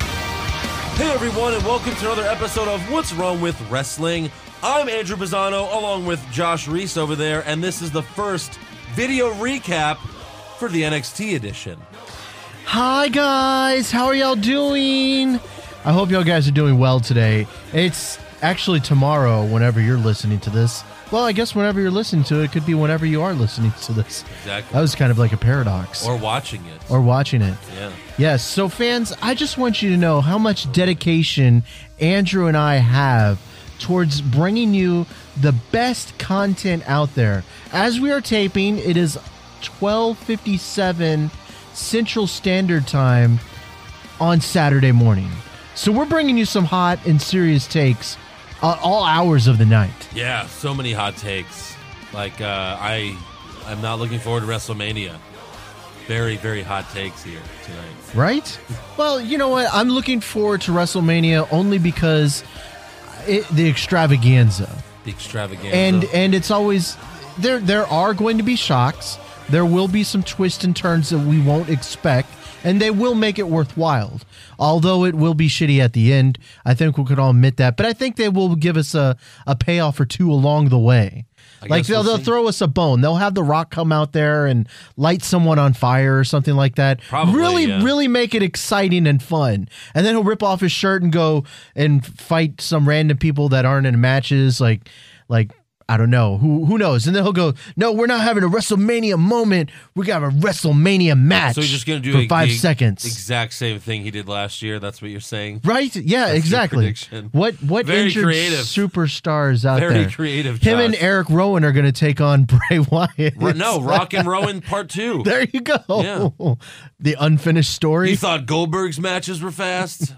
Hey everyone, and welcome to another episode of What's Wrong with Wrestling. I'm Andrew Bizzano, along with Josh Reese over there, and this is the first video recap for the NXT edition. Hi guys, how are y'all doing? I hope y'all guys are doing well today. It's actually tomorrow whenever you're listening to this. Well, I guess whenever you're listening to it, it could be whenever you are listening to this. Exactly. That was kind of like a paradox. Or watching it. Or watching it. Yeah. Yes, so fans, I just want you to know how much dedication Andrew and I have towards bringing you the best content out there. As we are taping, it is 12:57 Central Standard Time on Saturday morning. So we're bringing you some hot and serious takes at all hours of the night. Yeah, so many hot takes. Like, uh, I, I'm not looking forward to WrestleMania. Very, very hot takes here tonight. Right? Well, you know what? I'm looking forward to WrestleMania only because it, the extravaganza. The extravaganza. and and it's always there there are going to be shocks there will be some twists and turns that we won't expect and they will make it worthwhile although it will be shitty at the end i think we could all admit that but i think they will give us a, a payoff or two along the way I like guess they'll, we'll they'll see. throw us a bone they'll have the rock come out there and light someone on fire or something like that Probably, really yeah. really make it exciting and fun and then he'll rip off his shirt and go and fight some random people that aren't in matches like like I don't know who who knows, and then he'll go. No, we're not having a WrestleMania moment. We got a WrestleMania match. so he's just going to do for a- five the seconds, Exact same thing he did last year. That's what you're saying. right? Yeah, your exactly. prediction. What what Very injured creative. superstars out Very there? creative, Him and Josh. Eric Rowan are going to take on Bray Wyatt. Ro- No, Rock and Rowan Part Two. There you go. Yeah. The unfinished story. You thought Goldberg's matches were fast?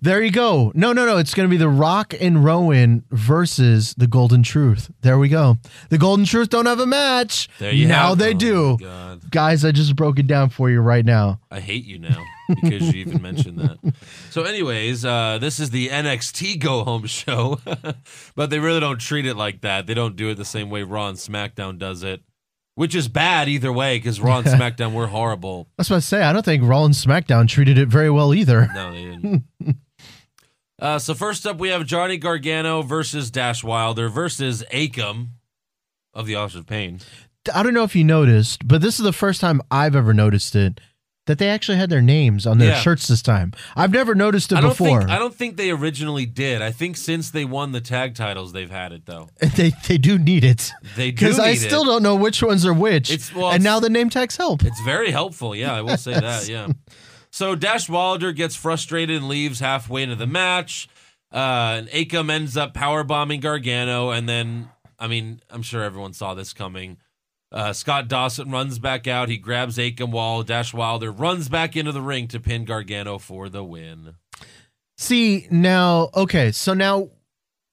There you go. No, no, no. It's going to be The Rock and Rowan versus The Golden Truth. There we go. The Golden Truth don't have a match. There you now have- they oh, do. God. Guys, I just broke it down for you right now. I hate you now because you even mentioned that. So, anyways, uh, this is the NXT Go Home show, but they really don't treat it like that. They don't do it the same way Raw and SmackDown does it, which is bad either way because Raw and SmackDown were horrible. That's what I say. I don't think Raw and SmackDown treated it very well either. No, they didn't. Uh, so first up, we have Johnny Gargano versus Dash Wilder versus Akam of the Office of Pain. I don't know if you noticed, but this is the first time I've ever noticed it that they actually had their names on their Yeah. shirts this time. I've never noticed it I don't before. think I don't think they originally did. I think since they won the tag titles, they've had it though. they they do need it. They do Because I need still it. don't know which ones are which. It's- well, and it's- now the name tags help. It's very helpful. Yeah, I will say that. Yeah. So Dash Wilder gets frustrated and leaves halfway into the match. Uh, and Akam ends up power bombing Gargano, and then I mean, I'm sure everyone saw this coming. Uh, Scott Dawson runs back out. He grabs Akam while Dash Wilder runs back into the ring to pin Gargano for the win. See now, okay, so now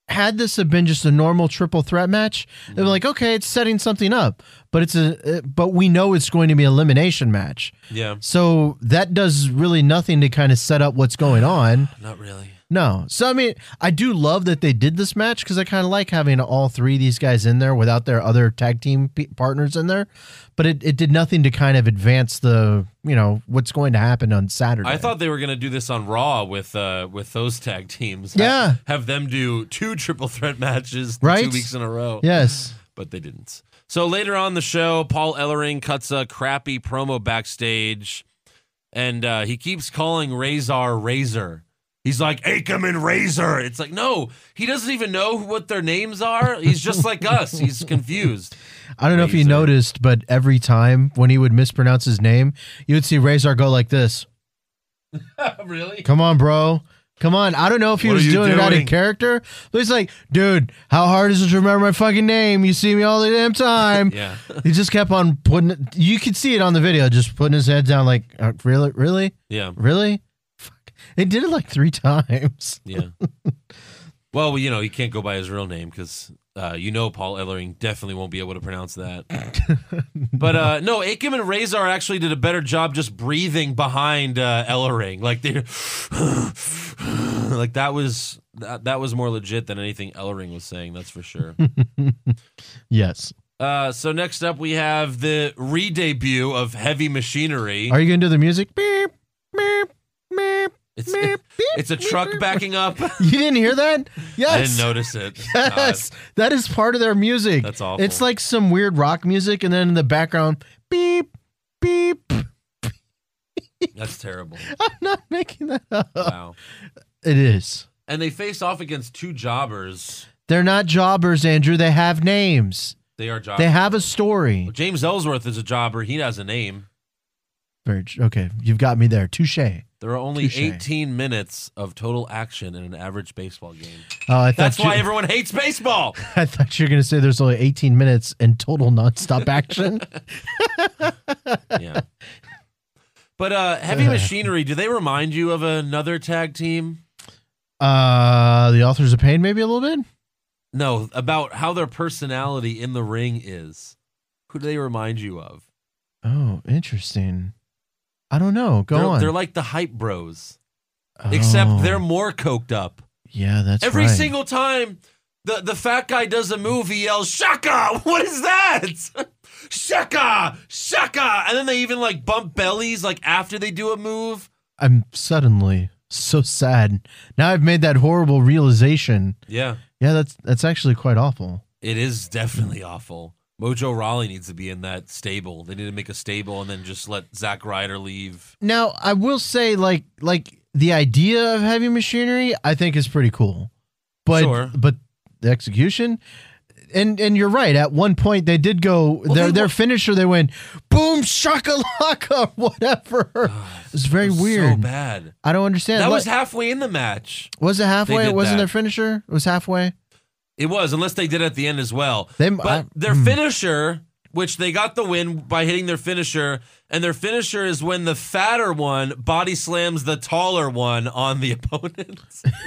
had this have been just a normal triple threat match, they'd be like, okay, it's setting something up, but it's a, uh, but we know it's going to be an elimination match, Yeah, so that does really nothing to kind of set up what's going on. not really. No, so I mean, I do love that they did this match because I kind of like having all three of these guys in there without their other tag team pe- partners in there, but it, it did nothing to kind of advance the you know what's going to happen on Saturday. I thought they were gonna do this on Raw with uh, with those tag teams. Yeah. have, have them do two triple threat matches Right? two weeks in a row. yes. but they didn't. So later on the show, Paul Ellering cuts a crappy promo backstage, and uh, he keeps calling Razor Razor. He's like Akam and Razor. It's like no, he doesn't even know what their names are. He's just like us. He's confused. I don't know if you Razor. noticed, but every time when he would mispronounce his name, you would see Razor go like this. really? Come on, bro. Come on. I don't know if he What was are you doing, it out of doing? character, but he's like, dude, how hard is it to remember my fucking name? You see me all the damn time. Yeah. He just kept on putting it, you could see it on the video, just putting his head down like, uh, really? Really? Yeah. Really? Fuck. They did it like three times. Yeah. well, you know, he can't go by his real name because uh, you know Paul Ellering definitely won't be able to pronounce that. but uh, no, Akim and Razor actually did a better job just breathing behind uh, Ellering. Like they, like that was that, that was more legit than anything Ellering was saying. That's for sure. Yes. uh, so next up, we have the re-debut of Heavy Machinery. Are you going to do the music? Beep, beep, beep, it's, beep, beep, it's a truck backing up. You didn't hear that? Yes. I didn't notice it. Yes, that is part of their music. That's awful. It's like some weird rock music, and then in the background, beep, beep. God, that's terrible. I'm not making that up. Wow. It is. and they face off against two jobbers. They're not jobbers, Andrew. They have names. They are jobbers. They have a story. James Ellsworth is a jobber. He has a name. Very- Okay, you've got me there. Touche. Oh, There are only Touche. 18 minutes of total action in an average baseball game. I thought That's you, why everyone hates baseball. I thought you were gonna say there's only 18 minutes in total nonstop action. yeah. But uh, Heavy Machinery, do they remind you of another tag team? uh, the authors of pain, maybe a little bit. No, about how their personality in the ring is. Who do they remind you of? Oh, interesting. I don't know. Go they're, on. They're like the hype bros, except they're Oh, more coked up. yeah. That's Every right. single time the, the fat guy does a move, he yells, Shaka! What is that? Shaka! Shaka! And then they even like bump bellies like after they do a move. I'm suddenly so sad. Now I've made that horrible realization. Yeah. Yeah, that's that's actually quite awful. It is definitely awful. Mojo Raleigh needs to be in that stable. They need to make a stable and then just let Zack Ryder leave. Now I will say, like like the idea of heavy machinery, I think is pretty cool, but Sure. but the execution. And and you're right. At one point, they did go their they their wa- finisher. They went boom shakalaka, whatever. it was very It was weird. So bad. I don't understand. That What- was halfway in the match. was it halfway? did It wasn't that. their finisher. It was halfway. It was, unless they did it at the end as well. They- but I- their hmm. finisher, which they got the win by hitting their finisher, and their finisher is when the fatter one body slams the taller one on the opponent.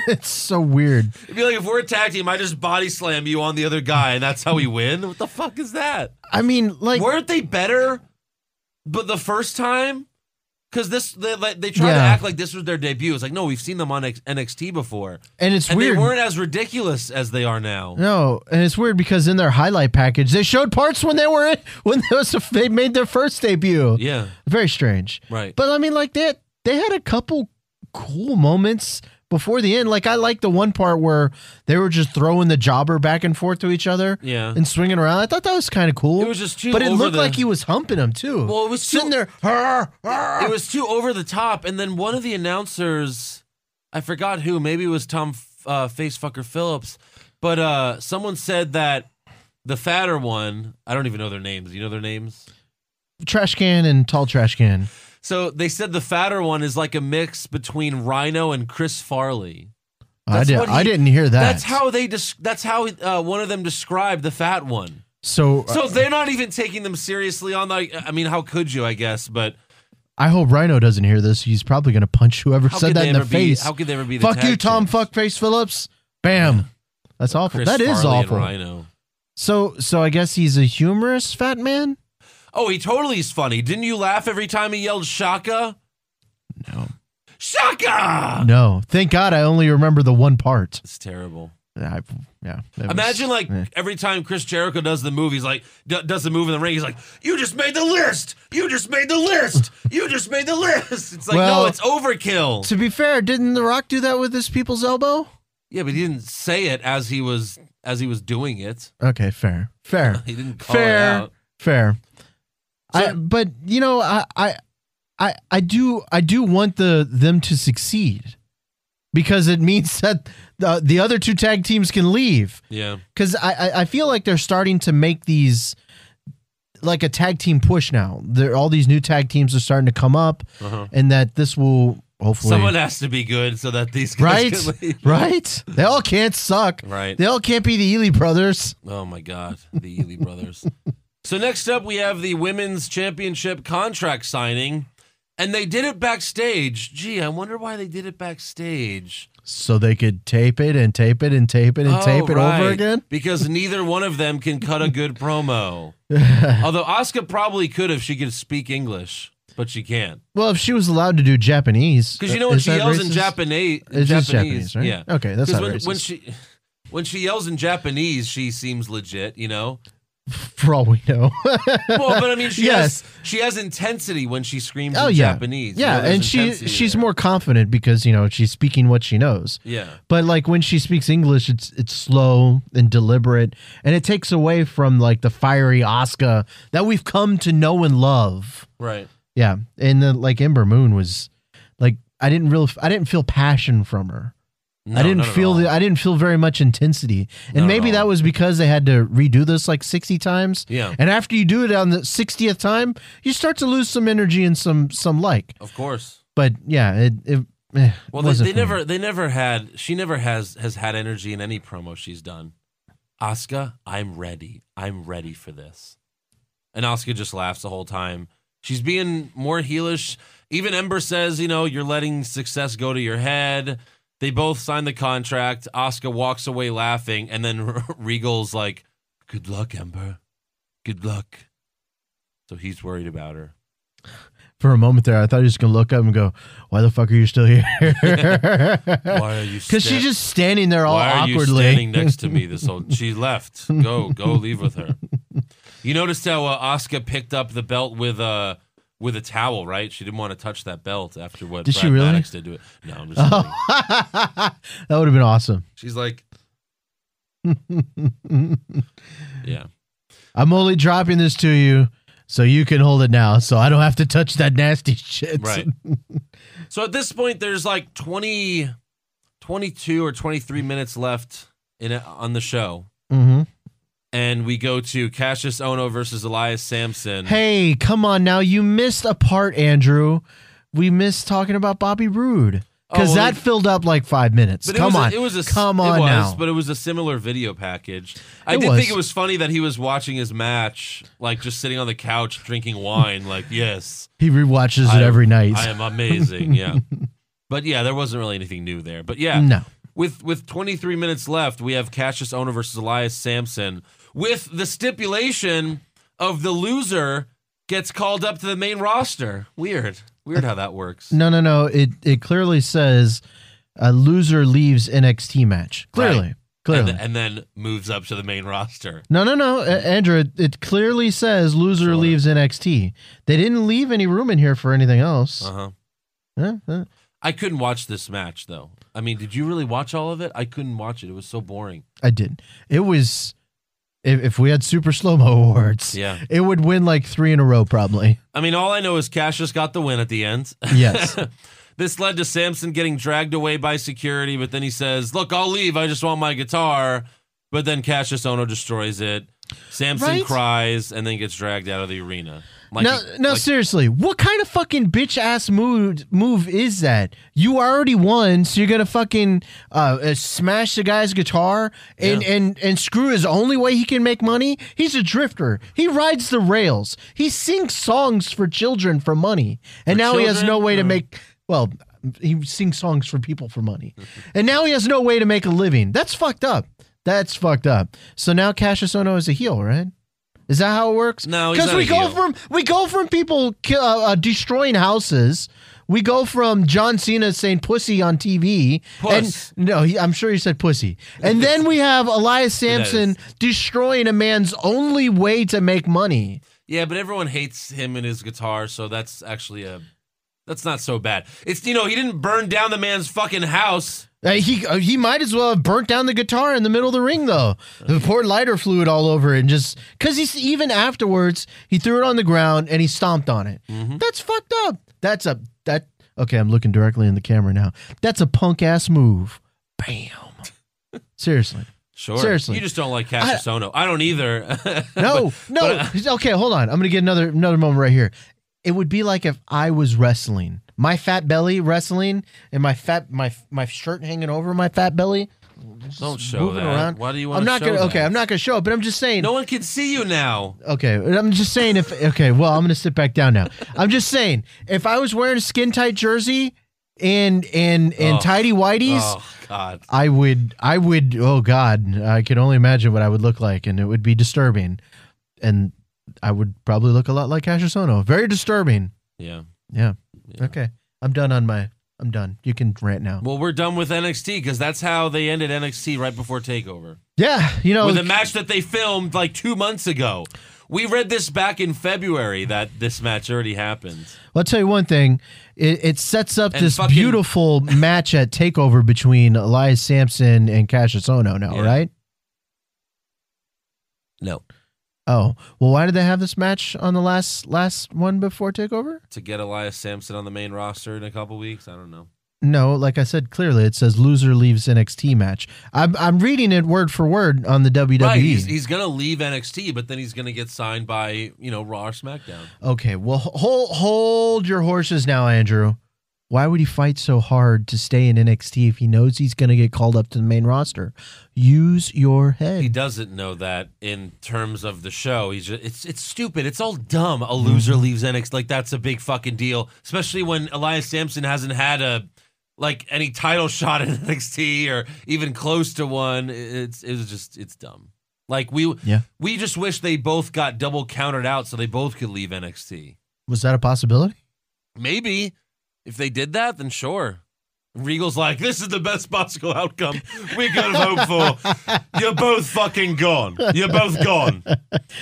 it's so weird. It'd be like if we're a tag team, I just body slam you on the other guy, and that's how we win. What the fuck is that? I mean, like Weren't they better? But the first time, because this they, like, they try to Yeah. act like this was their debut. It's like no, we've seen them on X- NXT before, And it's and weird. they weren't as ridiculous as they are now. no, and it's weird because in their highlight package, they showed parts when they were in, when they, was, they made their first debut. Yeah, Very strange. right. But I mean, like that, they had a couple cool moments before the end. Like I like the one part where they were just throwing the jobber back and forth to each other yeah, and swinging around. I thought that was kind of cool. It was just too But it over looked the- like he was humping him too. Well, it was too- sitting there. "Arr, arr." it was too over the top. And then one of the announcers, I forgot who, maybe it was Tom uh, Facefucker Phillips, but uh, someone said that the fatter one, I don't even know their names. You know their names? trash can and tall trash can. So they said the fatter one is like a mix between Rhino and Chris Farley. I That's did. what he- I didn't hear that. That's how they. Des- that's how uh, one of them described the fat one. So, uh, So they're not even taking them seriously. On like, I mean, how could you? I guess, but I hope Rhino doesn't hear this. He's probably going to punch whoever how said could that they in the ever be? face. How could they ever be? The Fuck tag you, Tom champs? Fuckface Phillips. Bam. That's awful. Chris That is Farley and awful. Rhino. So, so I guess he's a humorous fat man. Oh, he totally is funny. Didn't you laugh every time he yelled Shaka? No. Shaka! No, thank God I only remember the one part. It's terrible. I, yeah. it was- Imagine like eh. every time Chris Jericho does the move, he's like d- does the move in the ring. He's like, "You just made the list. You just made the list. You just made the list." It's like, Well- no, it's overkill. To be fair, didn't The Rock do that with his people's elbow? yeah, but he didn't say it as he was as he was doing it. Okay, fair, fair, He didn't call fair, it out. fair. I, Oh, So- but you know, I, I, I, I do, I do want the them to succeed because it means that the, the other two tag teams can leave. Yeah, because I, I I feel like they're starting to make these like a tag team push now. There, all these new tag teams are starting to come up, and that this will hopefully Uh-huh. Someone has to be good so that these guys right, can leave. right. They all can't suck. Right. They all can't be the Ely brothers. Oh my God, the Ely brothers. So next up, we have the women's championship contract signing, and they did it backstage. Gee, I wonder why they did it backstage. So they could tape it and tape it and tape it and Oh, tape it over right. again. because neither one of them can cut a good promo. Although Asuka probably could if she could speak English, but she can't. Well, if she was allowed to do Japanese, Because you know when Uh, is she that yells in racist? Japanese, It's Japanese, just Japanese, right? Yeah. Okay, that's 'Cause not when, when racist. she when she yells in Japanese, she seems legit, you know. for all we know. Well, but I mean, she Yes. has she has intensity when she screams oh in yeah, Japanese. you know, yeah, there's and she intensity she's there. more confident because you know she's speaking what she knows. yeah. But like when she speaks English, it's it's slow and deliberate, and it takes away from like the fiery Oscar that we've come to know and love. Right. Yeah, and then like Ember Moon was like I didn't real I didn't feel passion from her. No, I didn't not at feel all. the, I didn't feel very much intensity, and Not at maybe all. that was because they had to redo this like sixty times. Yeah. and after you do it on the sixtieth time, you start to lose some energy and some some like. Of course. But yeah, it it eh, Well, they, wasn't they for me. never they never had she never has has had energy in any promo she's done. Asuka, I'm ready. I'm ready for this. And Asuka just laughs the whole time. She's being more heelish. Even Ember says, you know, you're letting success go to your head. They both sign the contract. Asuka walks away laughing, and then Regal's like, "Good luck, Ember. Good luck." So he's worried about her. for a moment there. I thought he was gonna look up and go, "Why the fuck are you still here?" Because Why are you? she's sta- just standing there all Why are awkwardly. you standing next to me? This old she left. Go, go, leave with her. You noticed how uh, Asuka picked up the belt with a with a towel, right? She didn't want to touch that belt after what Did Brad she really? Maddox did to it. No, I'm just kidding. that would have been awesome. She's like, yeah, I'm only dropping this to you so you can hold it now, so I don't have to touch that nasty shit. right. So at this point, there's like 20, 22 or twenty three minutes left in on the show, hmm and we go to Cassius Ono versus Elias Sampson. Hey, come on now. You missed a part, Andrew. We missed talking about Bobby Roode Oh, because well, that it- filled up like five minutes. But come it was on. A, it was a, come it on was, now. But it was a similar video package. I It did was. think it was funny that he was watching his match, like just sitting on the couch drinking wine. Like, yes, he rewatches I it am- every night. I am amazing. Yeah, but yeah, there wasn't really anything new there. But yeah, No. with with 23 minutes left, we have Cassius Owner versus Elias Sampson with the stipulation of the loser gets called up to the main roster. Weird, weird how that works. No, no, no. It it clearly says a loser leaves NXT match. Clearly. Right. Clearly. And, and then moves up to the main roster. no, no, no. A- Andrew, it, it clearly says loser leaves NXT. They didn't leave any room in here for anything else. Uh huh. Huh? Huh? I couldn't watch this match though. I mean, did you really watch all of it? I couldn't watch it. It was so boring. I did. It was if, if we had super slow mo awards, Yeah. it would win like three in a row probably. I mean, all I know is Cassius got the win at the end. Yes. this led to Samson getting dragged away by security, but then he says, "Look, I'll leave. I just want my guitar." But then Cassius Ono destroys it. Samson Right? cries and then gets dragged out of the arena. Like no, no, like- seriously, what kind of fucking bitch ass move move is that? You already won, so you're gonna fucking uh, uh, smash the guy's guitar and Yeah. and and screw his only way he can make money. He's a drifter. He rides the rails. He sings songs for children for money, and For now he has no children? way to Oh. make. Well, he sings songs for people for money, and now he has no way to make a living. That's fucked up. That's fucked up. So now Cassius Ono is a heel, right? Is that how it works? No, he's because not we a go heel. from we go from people ki- uh, uh, destroying houses. We go from John Cena saying "pussy" on TV, Puss. and no, he, I'm sure he said "pussy," and then we have Elias Sampson destroying a man's only way to make money. Yeah, but everyone hates him and his guitar, so that's actually a that's not so bad. It's you know, he didn't burn down the man's fucking house. Uh, he uh, he might as well have burnt down the guitar in the middle of the ring though. The poured lighter fluid all over it and just because he's even afterwards he threw it on the ground and he stomped on it. That's fucked up. That's a that okay. I'm looking directly in the camera now. That's a punk ass move. Bam. Seriously. Sure. Seriously. You just don't like Cassius Ohno. I don't either. No, no. okay, hold on. I'm gonna get another another moment right here. It would be like if I was wrestling, my fat belly wrestling, and my fat my my shirt hanging over my fat belly. don't show moving that. around. Why do you want I'm to not show gonna. that? Okay, I'm not gonna show it, but I'm just saying. No one can see you now. Okay, I'm just saying if okay, well, I'm gonna sit back down now. I'm just saying if I was wearing a skin tight jersey and and and Oh. tidy whities, Oh God. I would I would oh god, I can only imagine what I would look like, and it would be disturbing, and I would probably look a lot like Cassius Ohno. Very disturbing. Yeah. Yeah. Yeah. Okay, I'm done on my. I'm done. You can rant now. Well, we're done with NXT because that's how they ended NXT right before Takeover Yeah, you know. with a match that they filmed like two months ago. We read this back in February that this match already happened. I'll tell you one thing. It, it sets up And this fucking- beautiful match at Takeover between Elias Sampson and Cassius Ohno. Now, Yeah. right? No. Oh well, why did they have this match on the last last one before Takeover? To get Elias Sampson on the main roster in a couple weeks, I don't know. No, like I said clearly, it says loser leaves NXT match. I'm I'm reading it word for word on the E. WWE. Right, he's, he's gonna leave NXT, but then he's gonna get signed by you know Raw or SmackDown. okay, well hold hold your horses now, Andrew. Why would he fight so hard to stay in NXT if he knows he's going to get called up to the main roster? Use your head. He doesn't know that in terms of the show. He's just, it's it's stupid. It's all dumb. A loser leaves NXT like that's a big fucking deal, especially when Elias Sampson hasn't had a like any title shot in NXT or even close to one. It's it was just it's dumb. Like we Yeah. we just wish they both got double counted out so they both could leave NXT. Was that a possibility? Maybe if they did that, then sure. Regal's like, this is the best possible outcome we could have hoped for. You're both fucking gone. You're both gone.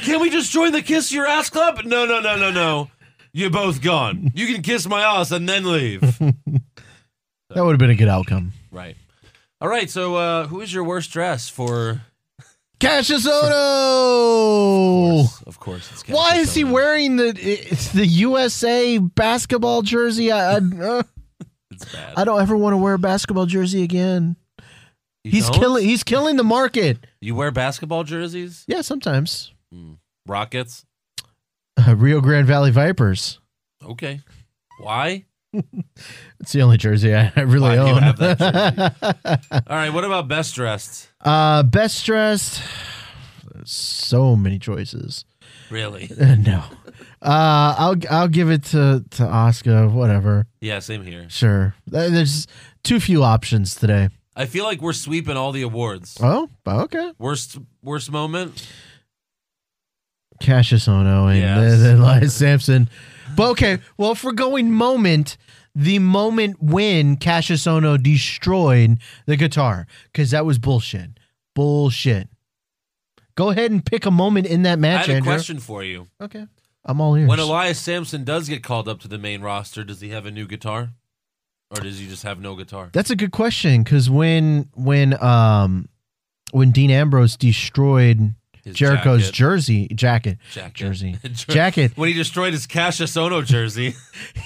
Can we just join the Kiss Your Ass Club? No, no, no, no, no. You're both gone. You can kiss my ass and then leave. That would have been a good outcome. right. All right. So, uh, who is your worst dress for? Cassius Of Ohno. course, of course it's Cassius Why is he Ohno. wearing the it's the USA basketball jersey? I I, uh, It's bad. I don't ever want to wear a basketball jersey again. You He's don't? killing he's killing the market. You wear basketball jerseys? Yeah, sometimes. Rockets? Uh, Rio Grande Valley Vipers. Okay. Why? It's the only jersey I, I Why really do you own. have that All right. What about best dressed? uh, best dressed. So many choices. Really? Uh, no, uh, I'll I'll give it to to Oscar. Whatever. Yeah, same here. Sure. Th- There's too few options today. I feel like we're sweeping all the awards. Oh, okay. Worst worst moment? Cassius Ono and Yes. then Elias Sampson. But okay, well, for going moment, the moment when Cassius Ono destroyed the guitar, because that was bullshit. Bullshit. Go ahead and pick a moment in that I match, had a Andrew. question for you. Okay, I'm all ears. When Elias Sampson does get called up to the main roster, does he have a new guitar? Or does he just have no guitar? That's a good question, because when when um when Dean Ambrose destroyed His Jericho's jacket. jersey jacket Jacket. jersey Jer- jacket, When he destroyed his Cassius Ohno jersey,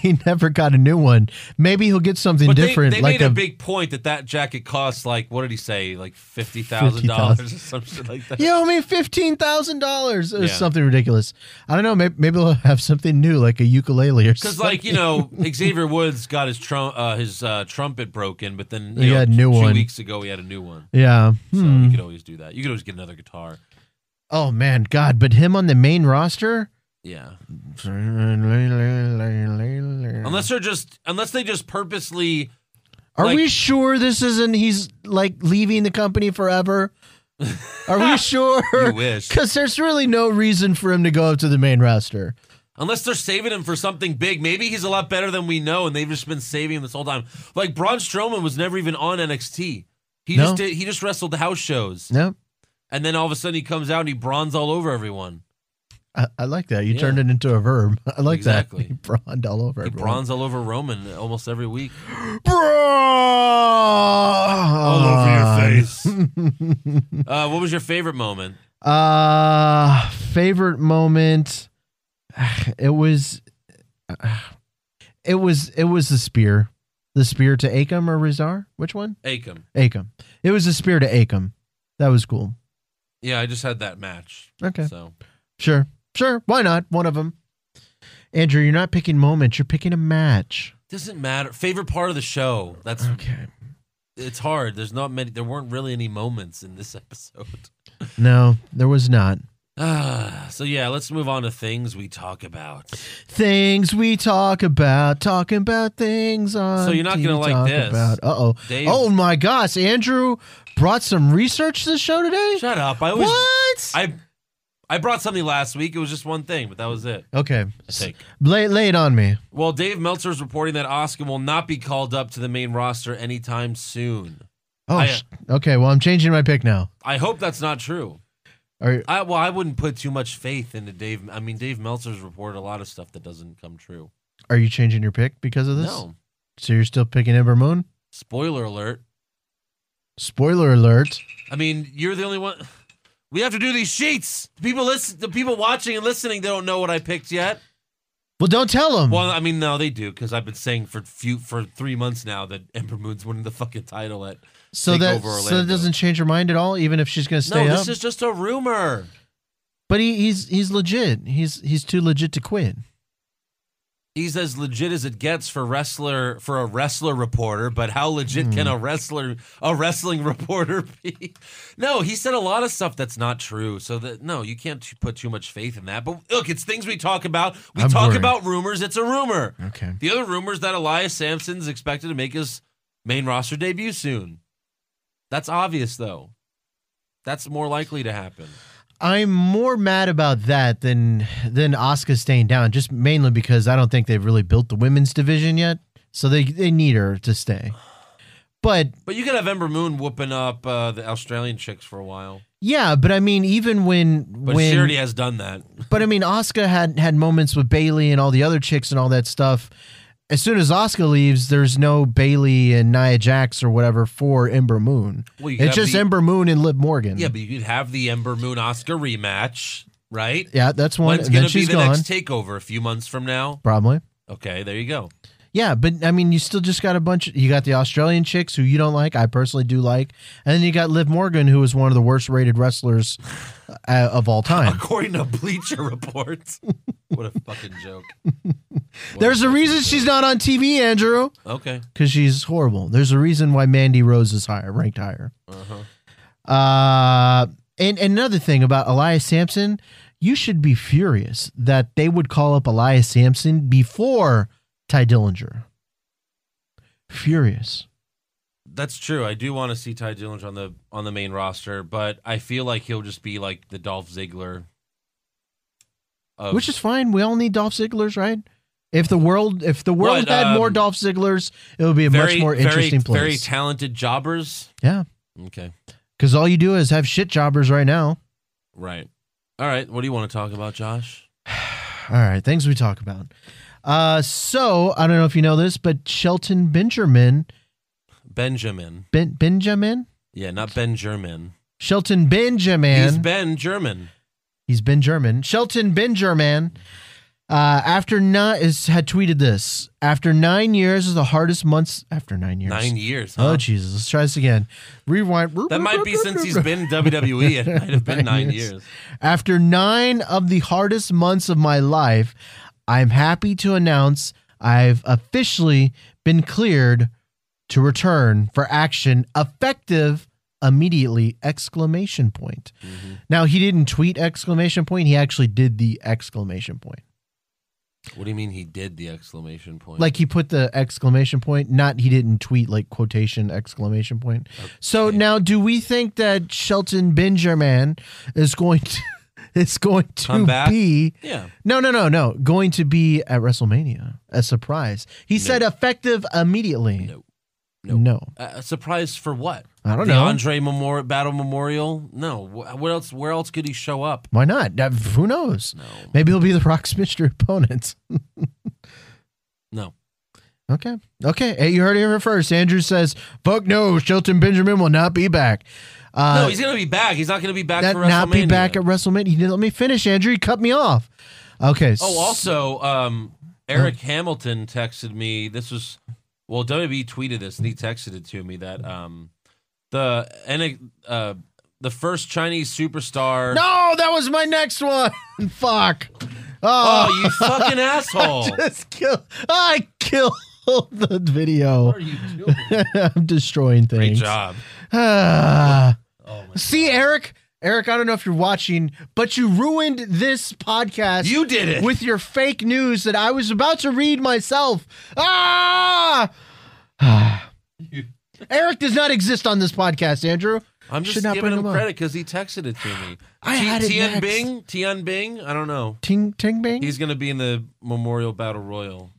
he never got a new one. Maybe he'll get something but they, different, they like made a, a big point that that jacket costs like what did he say, like fifty thousand dollars or some shit like that. You owe me fifteen thousand dollars or Yeah. something ridiculous. I don't know. Maybe, maybe they'll have something new, like a ukulele or Because something. like you know, Xavier Woods got his trump uh, his uh, trumpet broken, but then you He know, had a new two one. weeks ago he had a new one. yeah. So Hmm. you could always do that. You could always get another guitar. Oh man, God! But him on the main roster. Yeah, Unless unless they're just unless they just purposely. are like- we sure this isn't he's like leaving the company forever? Are we sure? You wish. Because there's really no reason for him to go up to the main roster. Unless they're saving him for something big, maybe he's a lot better than we know, and they've just been saving him this whole time. Like Braun Strowman was never even on NXT. He No. just did, he just wrestled house shows, No, and then all of a sudden he comes out and he bronze all over everyone. I, I like that. You Yeah. turned it into a verb. I like Exactly. that. He brawned all over. He everyone. bronze all over Roman almost every week. All uh, what was your favorite moment? Uh, favorite moment. It was. It was. It was the spear. The spear to Akam or Rizar? Which one? Akam. Akam. It was the spear to Akam. That was cool. Yeah, I just had that match. Okay. So Sure. Sure. Why not? One of them. Andrew, you're not picking moments. You're picking a match. doesn't matter. Favorite part of the show. That's Okay. it's hard. There's not many. There weren't really any moments in this episode. No, there was not. Ah, so yeah, let's move on to things we talk about. Things we talk about, talking about things on. So you're not gonna like this. Uh oh. Dave- Oh my gosh, Andrew brought some research to the show today. Shut up. I always what? I I brought something last week. It was just one thing, but that was it. okay, think. lay lay it on me. Well, Dave Meltzer is reporting that Oscar will not be called up to the main roster anytime soon. Oh, I, uh, sh- okay. Well, I'm changing my pick now. I hope that's not true. All right. I well, I wouldn't put too much faith into Dave. I mean, Dave Meltzer's reported a lot of stuff that doesn't come true. Are you changing your pick because of this? No. So you're still picking Ember Moon? Spoiler alert. Spoiler alert. I mean, you're the only one. We have to do these sheets. The people listen, the people watching and listening, they don't know what I picked yet. Well, don't tell him. Well, I mean, no, they do because I've been saying for few for three months now that Ember Moon's winning the fucking title at. so that Takeover so Orlando. that doesn't change your mind at all, even if she's gonna stay no, up. this is just a rumor. but he, he's he's legit. He's he's too legit to quit. He's as legit as it gets for wrestler for a wrestler reporter, but how legit can Hmm. a wrestler a wrestling reporter be? No, he said a lot of stuff that's not true. So that no, you can't t- put too much faith in that. But look, it's things we talk about. We I'm talk worried. about rumors. It's a rumor. Okay. The other rumor is that Elias Sampson's expected to make his main roster debut soon. That's obvious, though. That's more likely to happen. I'm more mad about that than than Oscar staying down, just mainly because I don't think they've really built the women's division yet. So they they need her to stay. But But you could have Ember Moon whooping up uh, the Australian chicks for a while. yeah, but I mean, even when But when she already has done that. but I mean, Oscar had had moments with Bailey and all the other chicks and all that stuff. As soon as Oscar leaves, there's no Bailey and Nia Jax or whatever for Ember Moon. Well, you could it's have just the- Ember Moon and Lib Morgan. Yeah, but you could have the Ember Moon Oscar rematch, right? yeah, that's one. When's And going then to be she's the gone, next takeover? A few months from now? probably. Okay, there you go. Yeah, but I mean, you still just got a bunch. you got the Australian chicks who you don't like. I personally do like, and then you got Liv Morgan, who is one of the worst rated wrestlers uh, of all time. According to Bleacher Report. what a fucking joke. What There's a fucking reason joke. she's not on TV, Andrew, Okay. because she's horrible. There's a reason why Mandy Rose is higher, ranked higher. Uh-huh. Uh, and, and another thing about Elias Sampson, you should be furious that they would call up Elias Sampson before Ty Dillinger. Furious. That's true. I do want to see Ty Dillinger on the on the main roster, but I feel like he'll just be like the Dolph Ziggler. Of, Which is fine. We all need Dolph Ziggler's, right? If the world, if the world What, had more um, Dolph Ziggler's, it would be a very, much more interesting very, Very place. talented jobbers. yeah, Okay. because all you do is have shit jobbers right now. Right. All right. What do you want to talk about, Josh? All right, things we talk about. Uh, so I don't know if you know this, but Shelton Benjamin, Benjamin. ben, Benjamin, Yeah, not Ben German. Shelton Benjamin, He's Ben German. He's Ben German. Shelton Ben German. Uh, after nine is had tweeted this. After nine years is the hardest months. After nine years. Nine years. Huh? Oh Jesus! Let's try this again. Rewind. that might be since he's been WWE. It might have been Nine nine years. years. After nine of the hardest months of my life, I'm happy to announce I've officially been cleared to return for action effective immediately exclamation point Mm-hmm. now he didn't tweet exclamation point he actually did the exclamation point What do you mean he did the exclamation point? like he put the exclamation point not he didn't tweet like quotation exclamation point so now do we think that shelton benjamin is going to is going to Come back? be yeah. no no no no going to be at wrestlemania a surprise he said effective immediately No. no, No. Uh, surprise for what? I don't the know. Andre Memorial Battle Memorial? No. Wh- What else? Where else could he show up? why not That- who knows No. maybe he'll be the rock's mystery opponent No. Okay. Okay. Hey, you heard it here first. Andrew says, "Fuck no, Shelton Benjamin will not be back." Uh, no, he's gonna be back. He's not gonna be back that for WrestleMania. not be back at WrestleMania. He didn't let me finish, Andrew. He cut me off. Okay. Oh, also, um, Eric Hamilton texted me. This was well, E WWE tweeted this, and he texted it to me that um, the N- uh, the first Chinese superstar. No, that was my next one. Fuck. Oh, Oh, you fucking asshole. just kill. I killed the video. are you doing? I'm destroying Great things. job. Ah. Oh my See, Eric, Eric, I don't know if you're watching, but you ruined this podcast. You did it. with your fake news that I was about to read myself. Ah! Ah. Eric does not exist on this podcast, Andrew. I'm just Should not giving him bring him up. credit because he texted it to me. I had it Tian next. Bing? Tian Bing? I don't know. Ting Ting Bing. He's, He's going to be in the Memorial Battle Royal.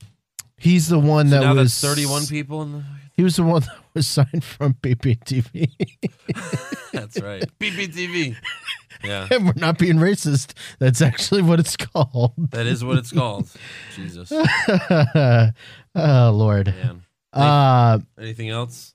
the one that now was that's 31 people in the. He was the one that was signed from BBTV. That's right. BBTV. Yeah. and we're not being racist. That's actually what it's called. That is what it's called. Jesus. oh Lord. Man. Uh, Anything else?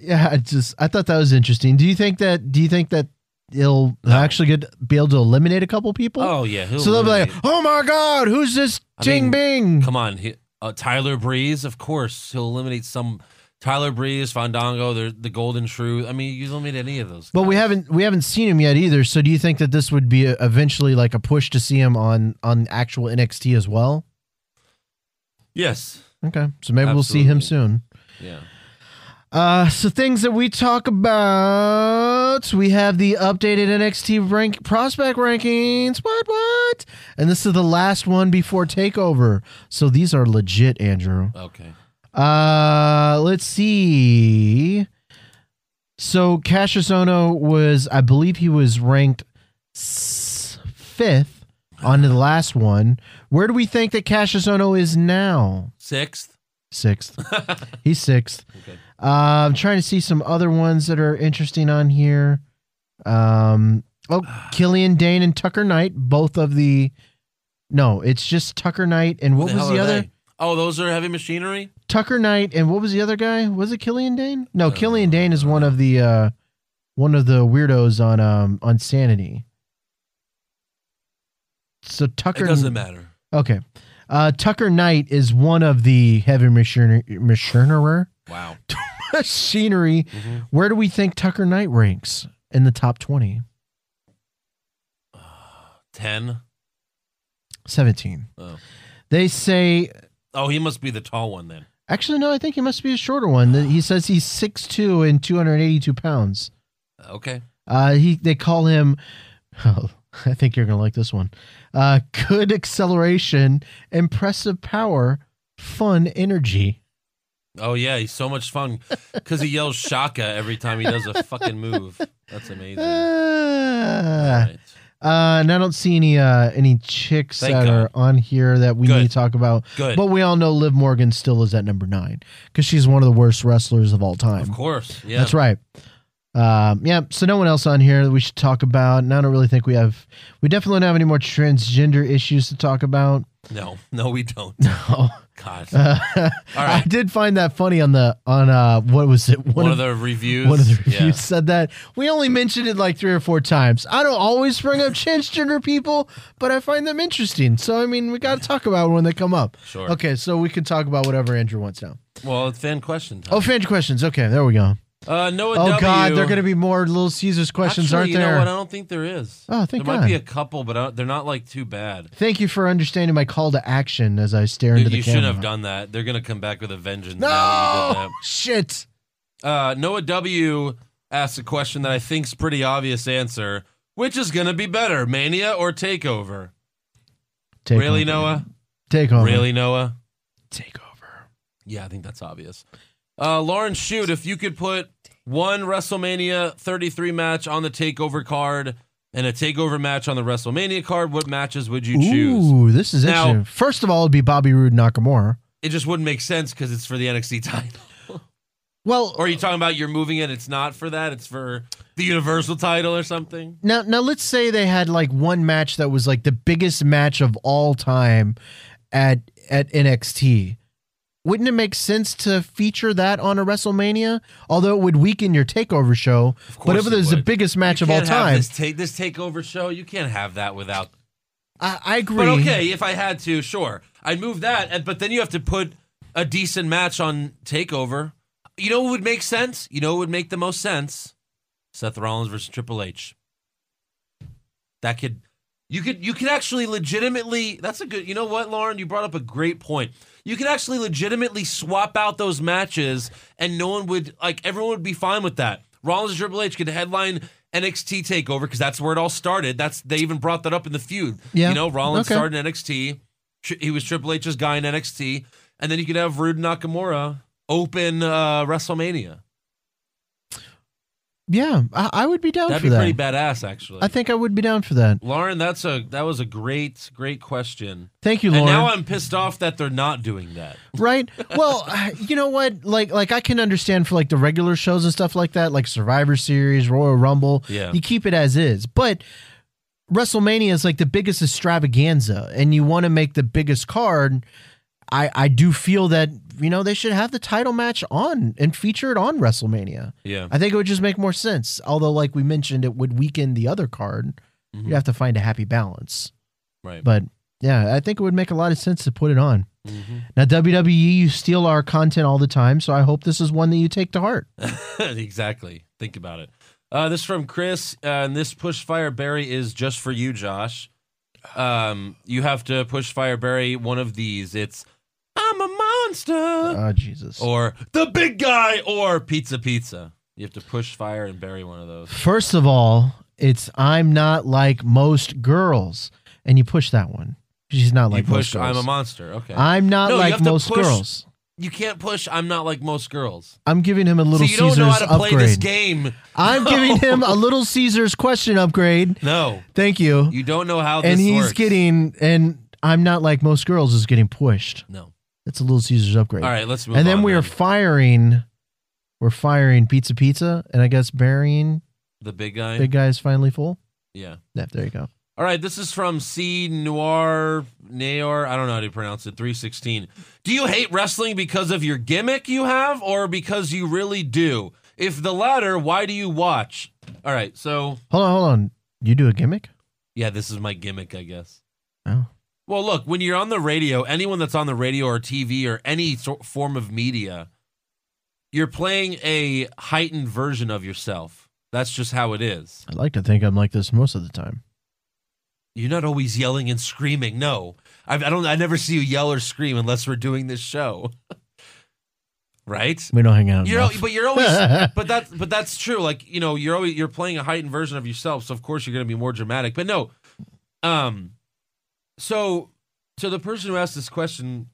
Yeah, I just I thought that was interesting. Do you think that do you think that it'll actually get be able to eliminate a couple people? Oh, yeah. who so they'll be like, eliminate- "Oh my god, who's this I Ting mean, Bing?" come on. He, uh, Tyler Breeze, of course. He'll eliminate some. Tyler Breeze, Fandango, the, the Golden Shrew. I mean, you eliminate any of those. But we haven't we haven't seen him yet either. So do you think that this would be a, eventually like a push to see him on on actual NXT as well? Yes. Okay, so maybe we'll see him Absolutely. soon. Yeah. Uh, so things that we talk about, we have the updated NXT rank prospect rankings. What what? And this is the last one before takeover. So these are legit, Andrew. Okay. Uh, let's see. So Cassius Ono was, I believe, he was ranked s- fifth on the last one. Where do we think that Cassius Ono is now? Sixth. Sixth. He's sixth. Okay. Uh, I'm trying to see some other ones that are interesting on here. Um, oh, Killian Dane and Tucker Knight, both of the. No, it's just Tucker Knight and what Who was hell the are other? they? Oh, those are heavy machinery. Tucker Knight and what was the other guy? Was it Killian Dane? No, Uh, Killian Dane is one of the uh, one of the weirdos on um on Sanity. So Tucker It doesn't matter. Okay. Uh, Tucker Knight is one of the heavy machinery machinerer Wow. machinery. Mm-hmm. Where do we think Tucker Knight ranks in the top 20? Ten. 17. Oh. They say oh, he must be the tall one then. actually no, I think he must be a shorter one. He says he's 6'2 and 282 pounds. Okay. Uh, he they call him. Oh, I think you're gonna like this one. Uh, good acceleration, impressive power, fun energy. Oh yeah, he's so much fun because he yells "Shaka" every time he does a fucking move. That's amazing. Uh, All Ah. right. Uh, and I don't see any uh any chicks Thank that are on here that we Good. need to talk about. Good. But we all know Liv Morgan still is at number nine because she's one of the worst wrestlers of all time. Of course. Yeah. That's right. Um, yeah, so no one else on here that we should talk about. And I don't really think we have, we definitely don't have any more transgender issues to talk about. No, no, we don't. No. God. Uh, I right. did find that funny on the on uh what was it one, of the reviews. one of the Yeah. reviews said that we only mentioned it like three or four times. I don't always bring up transgender people, but I find them interesting. So I mean, we got to talk about it when they come up. Sure. Okay, so we can talk about whatever Andrew wants now. Well, it's fan question Oh, time. fan questions. Okay, there we go. uh, Noah Oh W. God, there are going to be more Little Caesars questions, Actually, aren't you there? Know what? I don't think there is. Oh, thank There might be a God. couple, but I don't, they're not like too bad. Thank you for understanding my call to action as I stare Dude, into the you camera. should have done that. They're gonna come back with a vengeance. No now that you did that. shit. Uh, Noah W asks a question that I think's pretty obvious answer. Which is gonna be better, Mania or Takeover? Take really, over. Noah? Take over. Really, Noah? Take over. Yeah, I think that's obvious. Uh, Lauren, shoot, if you could put one WrestleMania 33 match on the Takeover card and a Takeover match on the WrestleMania card, what matches would you choose? Ooh, this is Now- interesting. First of all, it'd be Bobby Roode Nakamura. It just wouldn't make sense because it's for the NXT title. Well, Or are you talking about you're moving it? It's not for that. It's for the Universal title or something. Now, now let's say they had like one match that was like the biggest match of all time at at NXT. Wouldn't it make sense to feature that on a WrestleMania? Although it would weaken your takeover show. Of course But if it it was the would. biggest match You of all can't have time, This, take, this takeover show, you can't have that without. I, I agree. But okay, if I had to, sure, I'd move that. and- But then you have to put a decent match on takeover. You know what would make sense? You know what would make the most sense? Seth Rollins versus Triple H. That could you could you could actually legitimately that's a good you know what, Lauren, you brought up a great point. You could actually legitimately swap out those matches and no one would like everyone would be fine with that. Rollins and Triple H could headline NXT takeover because that's where it all started. That's they even brought that up in the feud. Yeah. You know, Rollins Okay. started in NXT. Tr- He was Triple H's guy in NXT. And then you could have Rude Nakamura open uh, WrestleMania. Yeah, I, I would be down That'd for be that. pretty badass, actually. I think I would be down for that. Lauren, that's a that was a great great question. Thank you, And Lauren. now I'm pissed off that they're not doing that. right? Well, uh, you know what? Like, like I can understand for like the regular shows and stuff like that, like Survivor Series, Royal Rumble. Yeah. you keep it as is, but WrestleMania is like the biggest extravaganza, and you want to make the biggest card. I I do feel that you know they should have the title match on and feature it on WrestleMania. Yeah. I think it would just make more sense. Although, like we mentioned, it would weaken the other card. Mhm. You'd have to find a happy balance. Right. But yeah, I think it would make a lot of sense to put it on. Mm-hmm. Now, WWE, you steal our content all the time, so I hope this is one that you take to heart. exactly. Think about it. Uh, this from Chris, uh, and this push fire berry is just for you, Josh. Um, you have to push fire berry one of these. It's I'm a monster, Oh, Jesus. or the big guy, or pizza pizza. You have to push fire and bury one of those. First of all, it's I'm not like most girls. And you push that one. She's not like you push most I'm girls. a monster. Okay. I'm not No, you have like to most push- girls. you can't push. I'm not like most girls. I'm giving him a little so you don't Caesars know how to play upgrade. this game. I'm giving him a little Caesars question upgrade. No, Thank you. you don't know how. and this he's works. getting and I'm not like most girls is getting pushed. no. That's a little Caesars upgrade. All right, let's move. and then on we are firing we're firing pizza pizza and i guess burying the big guy. big guy's finally full yeah. yeah there you go All right, this is from C Noir Naor. I don't know how to pronounce it. Three sixteen. Do you hate wrestling because of your gimmick you have, or because you really do? If the latter, why do you watch? All right, so hold on hold on you do a gimmick yeah, this is my gimmick, I guess. oh Well, look, when you're on the radio, anyone that's on the radio or TV or any sort form of media, you're playing a heightened version of yourself. That's just how it is. i like to think i'm like this most of the time You're not always yelling and screaming. No, I, I don't. I never see you yell or scream unless we're doing this show, right? we don't hang out You're, al- enough. but you're always, but that's but that's true. Like you know, you're always you're playing a heightened version of yourself, so of course you're going to be more dramatic. But no, um, so so the person who asked this question,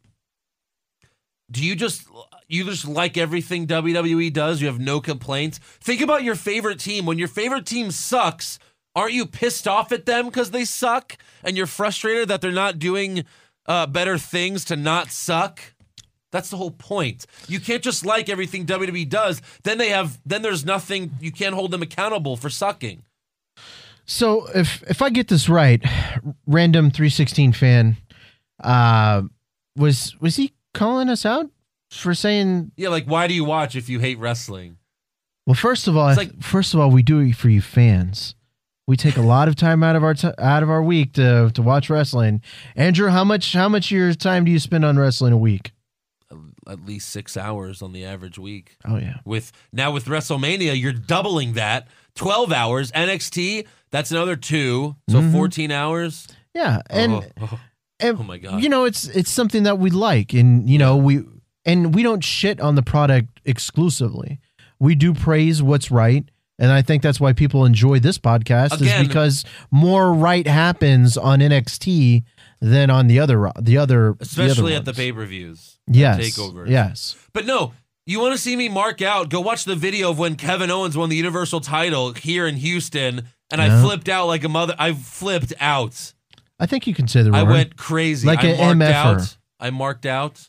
do you just you just like everything WWE does? You have no complaints. Think about your favorite team. When your favorite team sucks, aren't you pissed off at them because they suck, and you're frustrated that they're not doing uh, better things to not suck? That's the whole point. You can't just like everything WWE does. Then they have then there's nothing you can't hold them accountable for sucking. so if if i get this right random 316 fan uh was was he calling us out for saying Yeah, like why do you watch if you hate wrestling? Well, first of all, It's I th- like- first of all, we do it for you fans. We take a lot of time out of our t- out of our week to to watch wrestling. Andrew, how much how much of your time do you spend on wrestling a week? At least 6 hours on the average week. Oh yeah, With now with WrestleMania, you're doubling that. 12 hours NXT, that's another 2, so 14 hours. yeah, Mm-hmm. and, Oh, oh, and oh my God. you know it's it's something that we like, and you know we and we don't shit on the product exclusively. We do praise what's right, and I think that's why people enjoy this podcast Again- is because more right happens on NXT than on the other the other especially the other at the ones. pay-per-views. the Yes. Takeovers. Yes. But no, you want to see me mark out? Go watch the video of when Kevin Owens won the Universal title here in Houston, and I Yeah. flipped out like a mother. I flipped out. I think you can say the word. I went crazy. Like I a marked MF-er. out. I marked out.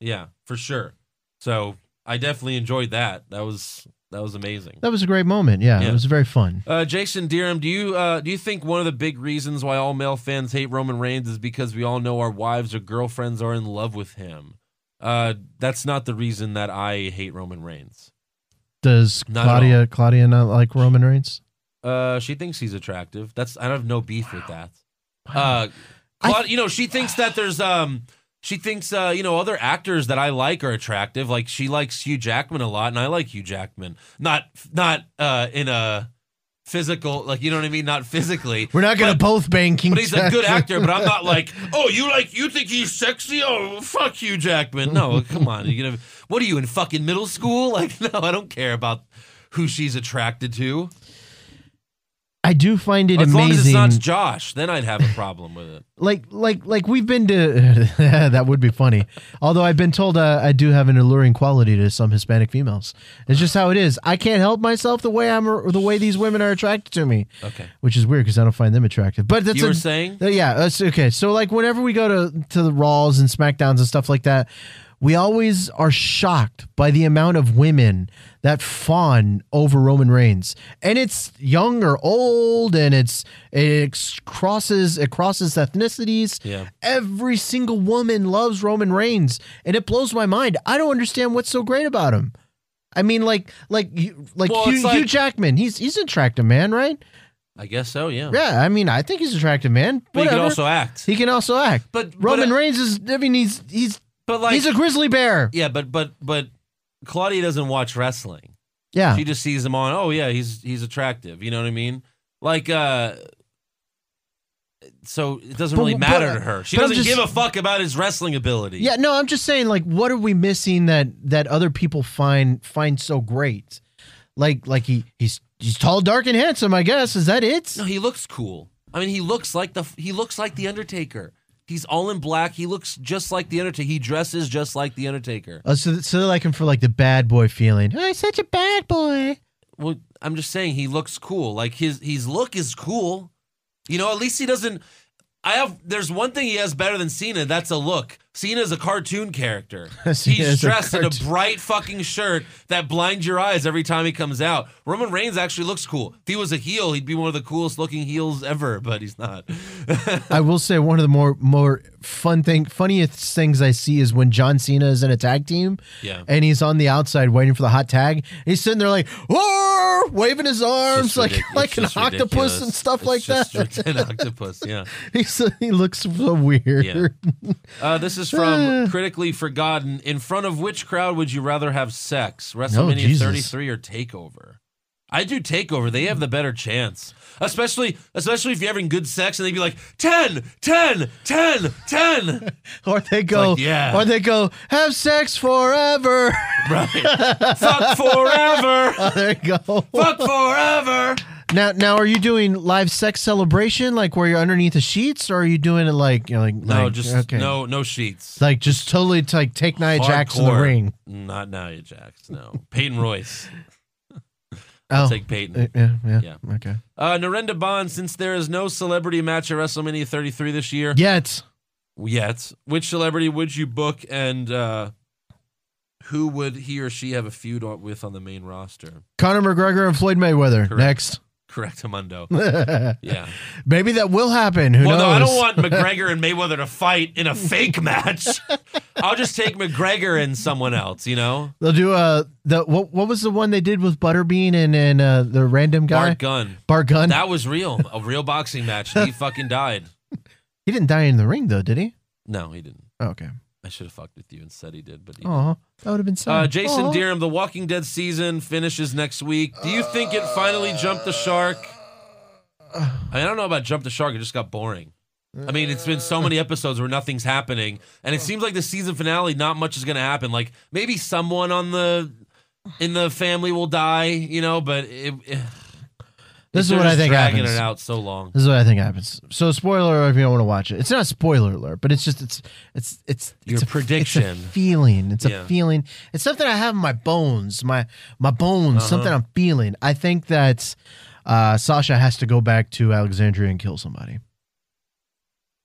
Yeah, for sure. So I definitely enjoyed that. That was that was amazing. That was a great moment. Yeah, Yeah. It was very fun. Uh, Jason Deerham, do you uh, do you think one of the big reasons why all male fans hate Roman Reigns is because we all know our wives or girlfriends are in love with him? Uh, that's not the reason that I hate Roman Reigns. Does Not at Claudia Claudia not like Roman Reigns? Uh, she thinks he's attractive. That's I have no beef with that. Uh, Claud- you know, she thinks that there's um, she thinks uh, you know, other actors that I like are attractive. Like she likes Hugh Jackman a lot, and I like Hugh Jackman. Not not uh in a physical, like you know what I mean, not physically. We're not going to But- both bang King But he's a good Jackson. actor, but I'm not like, oh, you like, you think he's sexy? Oh, fuck you, Jackman. No, come on. You gonna, what are you in fucking middle school? Like, no, I don't care about who she's attracted to. I do find it as amazing. long as it's not Josh, then I'd have a problem with it. like like like we've been to that would be funny although i've been told uh, i do have an alluring quality to some hispanic females it's just how it is i can't help myself the way i'm or the way these women are attracted to me Okay. which is weird because i don't find them attractive but that's You a- were saying? uh, yeah that's okay so like whenever we go to to the raws and smackdowns and stuff like that we always are shocked by the amount of women that fawn over Roman Reigns, and it's young or old, and it's it ex- crosses it crosses ethnicities. Yeah. Every single woman loves Roman Reigns, and it blows my mind. I don't understand what's so great about him. I mean, like, like, you- like, Well, Hugh, it's like- Hugh Jackman. He's he's an attractive man, right? I guess so, yeah. Yeah, I mean, I think he's an attractive man. But he Whatever. can also act. he can also act. But- but, Roman uh, Reigns is. I mean, he's he's But like, he's a grizzly bear. yeah, but but but Claudia doesn't watch wrestling. Yeah, She just sees him on, oh yeah, he's he's attractive. You know what I mean? Like uh so it doesn't But- really but- matter to her. She but I'm doesn't just- give a fuck about his wrestling ability. yeah. No, I'm just saying, like, what are we missing that that other people find find so great? Like, like he he's he's tall, dark, and handsome. I guess is that it? No, he looks cool. I mean, he looks like the he looks like the Undertaker. He's all in black. He looks just like the Undertaker. He dresses just like the Undertaker. Oh, so, so they like him for like the bad boy feeling. Oh, he's such a bad boy. Well, I'm just saying he looks cool. Like his his look is cool. You know, at least he doesn't I have there's one thing he has better than Cena, that's a look. Cena's a cartoon character. Cena's a He's dressed in a cartoon- bright fucking shirt that blinds your eyes every time he comes out. Roman Reigns actually looks cool. If he was a heel, he'd be one of the coolest looking heels ever, but he's not. I will say one of the more more fun thing, funniest things I see is when John Cena is in a tag team, Yeah. and he's on the outside waiting for the hot tag. And he's sitting there like, "Roar," waving his arms It's like ridic- like it's an just octopus ridiculous. and stuff It's like just that. rid- an octopus, yeah. He's, he looks so weird. Uh, this is Eh. from Critically Forgotten. In front of which crowd would you rather have sex? WrestleMania Oh, Jesus. 33 or Takeover? I do Takeover. They have the better chance. Especially especially if you're having good sex and they'd be like 10, 10, 10, 10. Or they go, like, yeah. Or they go, have sex forever. right. Fuck forever. there you go. Fuck forever. Now, now, are you doing live sex celebration like where you're underneath the sheets, or are you doing it like you know, like No, like, just okay. no no sheets. like just totally t- like take Nia Jax in the Hardcore. ring. Not Nia Jax, no. Peyton Royce. Oh, Take Peyton. Uh, yeah, yeah, Yeah. okay. Uh, Narendra Bond, since there is no celebrity match at WrestleMania 33 this year Yet, yet, which celebrity would you book and uh, who would he or she have a feud on- with on the main roster? Conor McGregor and Floyd Mayweather next. Correct, Amundo. Maybe Yeah. that will happen. Who well, knows? no, I don't want McGregor and Mayweather to fight in a fake match. I'll just take McGregor and someone else, you know? They'll do uh the what what was the one they did with Butterbean and and uh, the random guy Bart Gunn. Bart Gunn. That was real. A real boxing match. He fucking died. he didn't die in the ring though, did he? No, he didn't. Oh, okay. I should have fucked with you and said he did, but he Oh, that would have been Uh, sad. Jason Aw. Deerham, The Walking Dead season finishes next week. Do you think it finally jumped the shark? I, mean, I don't know about jump the shark. It just got boring. I mean, it's been so many episodes where nothing's happening, and it seems like the season finale, not much is going to happen. Like maybe someone on the in the family will die, you know. But it, it, This is they're what I just think dragging happens. it out so long. This is what I think happens. So, spoiler alert if you don't want to watch it. It's not spoiler alert, but it's just it's it's it's Your it's a, prediction. It's a feeling. It's Yeah. a feeling. It's something I have in my bones, my my bones. Uh-huh. Something I'm feeling. I think that uh, Sasha has to go back to Alexandria and kill somebody.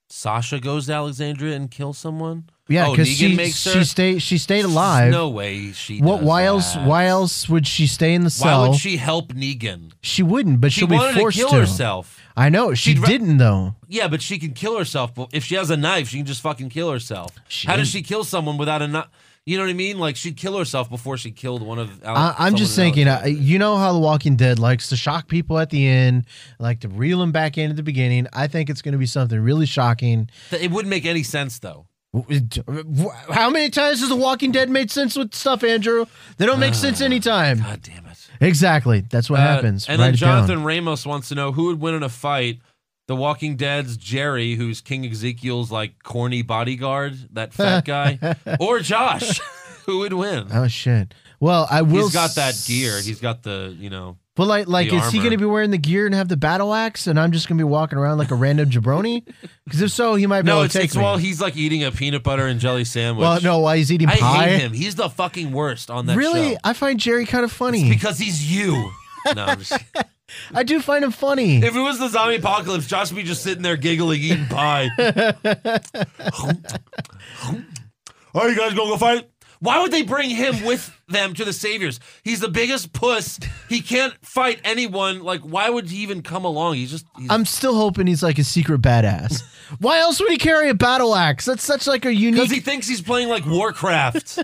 Sasha goes to Alexandria and kills someone. Yeah, Oh, because Negan she makes her she stayed she stayed alive. No way she. what? does Why else? that. Why else would she stay in the Why cell? would she help Negan? She wouldn't, but She she'll be wanted to forced kill herself. I know she She'd ra- didn't though. Yeah, but she can kill herself. But if she has a knife, she can just fucking kill herself. She How does didn't- she kill someone without a knife? You know what I mean? Like she'd kill herself before she killed one of. Al- I, I'm just someone in thinking, uh, Alexandria. you know how The Walking Dead likes to shock people at the end, like to reel them back in at the beginning. I think it's going to be something really shocking. Th- it wouldn't make any sense though. How many times has The Walking Dead made sense with stuff, Andrew? They don't make sense anytime. God damn it! Exactly. That's what Uh, happens. And Write then it down. Jonathan Ramos wants to know who would win in a fight: The Walking Dead's Jerry, who's King Ezekiel's like corny bodyguard, that fat guy, or Josh, who would win? Oh shit. Well, I will. He's got that s- gear. He's got the you know. But like, like, the is he armor. going to be wearing the gear and have the battle axe, and I'm just going to be walking around like a random jabroni? Because if so, he might be No, able it's, to take it's me. while he's like eating a peanut butter and jelly sandwich. well, no, while he's eating I pie. hate him. He's the fucking worst on that really, show. I find Jerry kind of It's funny. because he's you. No, I'm just- I do find him funny. if it was the zombie apocalypse, Josh would be just sitting there giggling, eating pie. Are you guys gonna go fight? Why would they bring him with them to the saviors? He's the biggest puss. He can't fight anyone. Like, why would he even come along? He's just. He's, I'm still hoping he's like a secret badass. Why else would he carry a battle axe? That's such like a unique. because he thinks he's playing like Warcraft.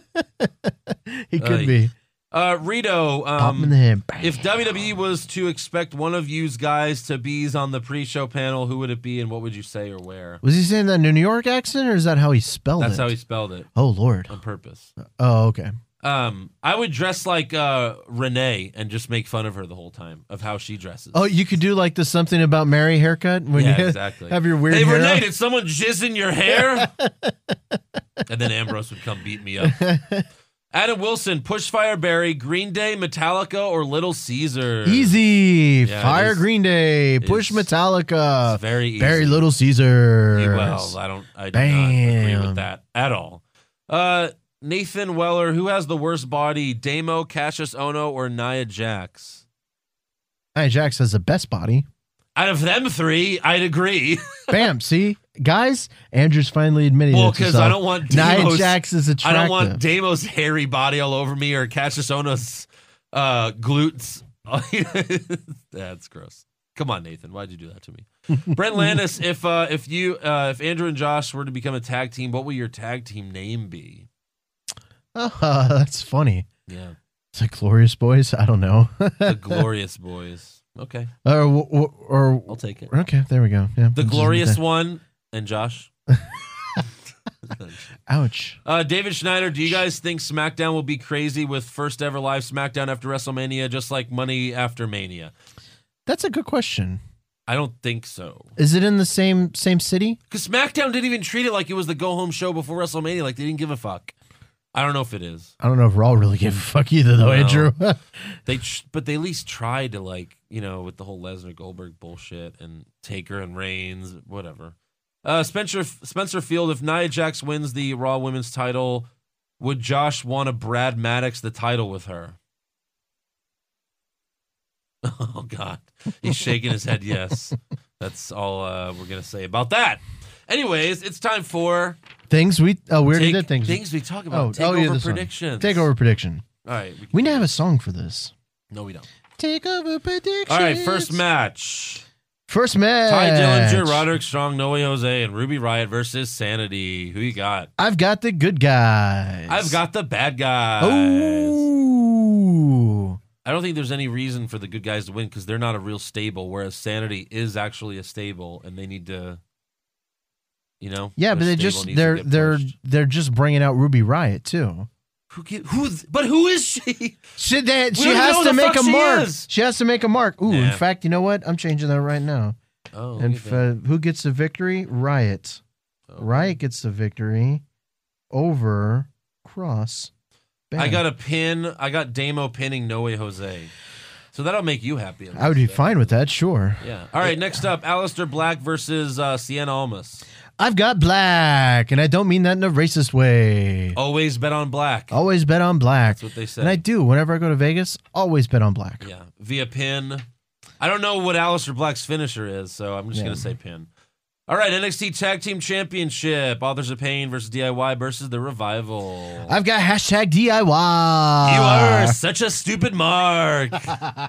he could Uh, be. Uh, Rito, Pop him in um, the head. Bang. If WWE was to expect one of you guys to be on the pre-show panel, who would it be, and what would you say or where? was he saying that in a New York accent, or is that how he spelled That's it? how he Uh, spelled it Oh Lord. on purpose. Oh okay. Um, I would dress like uh, Renee and just make fun of her the whole time of how she dresses. Oh, you could do like the something about Mary haircut when yeah, you exactly. have your weird Hey, hair. Renee, up. did someone jizz in your hair? and then Ambrose would come beat me up. Adam Wilson, Pushfire Barry, Green Day, Metallica, or Little Caesar? Easy. Yeah, it Fire is- Green Day. Push is- Metallica. It's very easy. Barry Little Caesar. Yeah, Well, I don't. I do not agree Bam. with that at all. Uh, Nathan Weller, who has the worst body, Damo, Cassius Ono, or Nia Jax? Nia Jax has the best body. Out of them three, I'd agree. Bam. see, guys, Andrew's finally admitting well, it to because I himself. don't want Nia Damo's, Jax is I attractive. don't want Damo's hairy body all over me or Cassius Ono's uh, glutes. That's gross. Come on, Nathan. Why'd you do that to me? Brent Landis, if uh, if you uh, if Andrew and Josh were to become a tag team, what would your tag team name be? Uh, that's funny. Yeah. It's like Glorious Boys. I don't know. The Glorious Boys. Okay, or, or, or- I'll take it. okay, there we go. Yeah, The Glorious One and Josh. Ouch. Uh, David Schneider, do you guys think SmackDown will be crazy with first ever live SmackDown after WrestleMania, just like Money after Mania? That's a good question. I don't think so. Is it in the same same city? Because SmackDown didn't even treat it like it was the go home show before WrestleMania. Like they didn't give a fuck. I don't know if it is. I don't know if Raw really gave a fuck either, though, No. Andrew. They, tr- but they at least tried to like you know with the whole Lesnar Goldberg bullshit and Taker and Reigns, whatever. Uh, Spencer Spencer Field, if Nia Jax wins the Raw Women's title, would Josh want to Brad Maddox the title with her? Oh God, he's shaking his head. Yes, that's all uh, we're gonna say about that. Anyways, it's time for things we oh we already take- did things. we talk about. Oh, Takeover oh, yeah, this one. predictions. Takeover prediction. All right, can We do didn't have that. a song for this. No, we don't. Takeover prediction. All right, first match. First match. Ty Dillinger, Roderick Strong, Noe Jose, and Ruby Riot versus Sanity. Who you got? I've got the good guys. I've got the bad guys. Oh. I don't think there's any reason for the good guys to win because they're not a real stable, whereas Sanity is actually a stable, and they need to, you know. their Yeah, but they stable just needs to they're get they're pushed. they're just bringing out Ruby Riot too. who get, who's but who is she? She, they, she don't has know to the make fuck a she mark. is. She has to make a mark. Ooh, in Yeah. fact, you know what? I'm changing that right now. Oh, and look f- at that. uh, who gets the victory? Riot. Okay. Riot gets the victory over Cross. I Bam. got a pin. I got Damo pinning Noe Jose, so that'll make you happy. at I would be least, right? fine with that, sure. Yeah. All right. Next up, Alistair Black versus uh, Sienna Almas. I've got black, and I don't mean that in a racist way. Always bet on black. Always bet on black. That's what they say. And I do. Whenever I go to Vegas, always bet on black. yeah. Via pin. I don't know what Alistair Black's finisher is, so I'm just Yeah. gonna say pin. All right, NXT Tag Team Championship: Authors of Pain versus DIY versus the Revival. I've got hashtag DIY. Ah. you are such a stupid mark.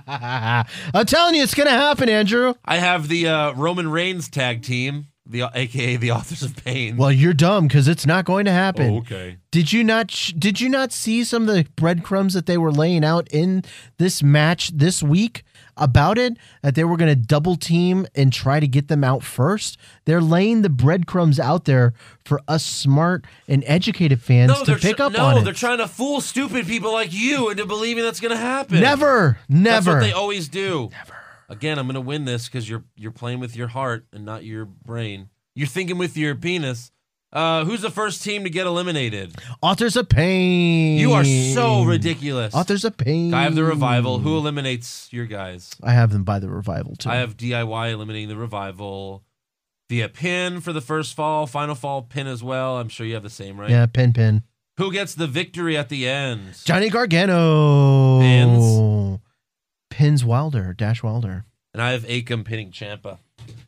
I'm telling you, it's gonna happen, Andrew. I have the uh, Roman Reigns tag team the aka the authors of pain. Well, you're dumb because it's not going to happen. Oh, okay. Did you not? Sh- did you not see some of the breadcrumbs that they were laying out in this match this week about it? That they were going to double team and try to get them out first. They're laying the breadcrumbs out there for us smart and educated fans to they're pick tr- up no, on it. they're trying to fool stupid people like you into believing that's going to happen. never, That's never. what they always do. Never. Again, I'm going to win this because you're you're playing with your heart and not your brain. You're thinking with your penis. Uh, who's the first team to get eliminated? Authors of pain. You are so Mm. ridiculous. Authors of pain. I have the revival. Who eliminates your guys? I have them by the revival too. I have DIY eliminating the revival. Via pin for the first fall, final fall pin as well. I'm sure you have the same, right? Yeah, pin pin. Who gets the victory at the end? Johnny Gargano. Pins. Pins Wilder. Dash Wilder. and I have Akam pinning Champa.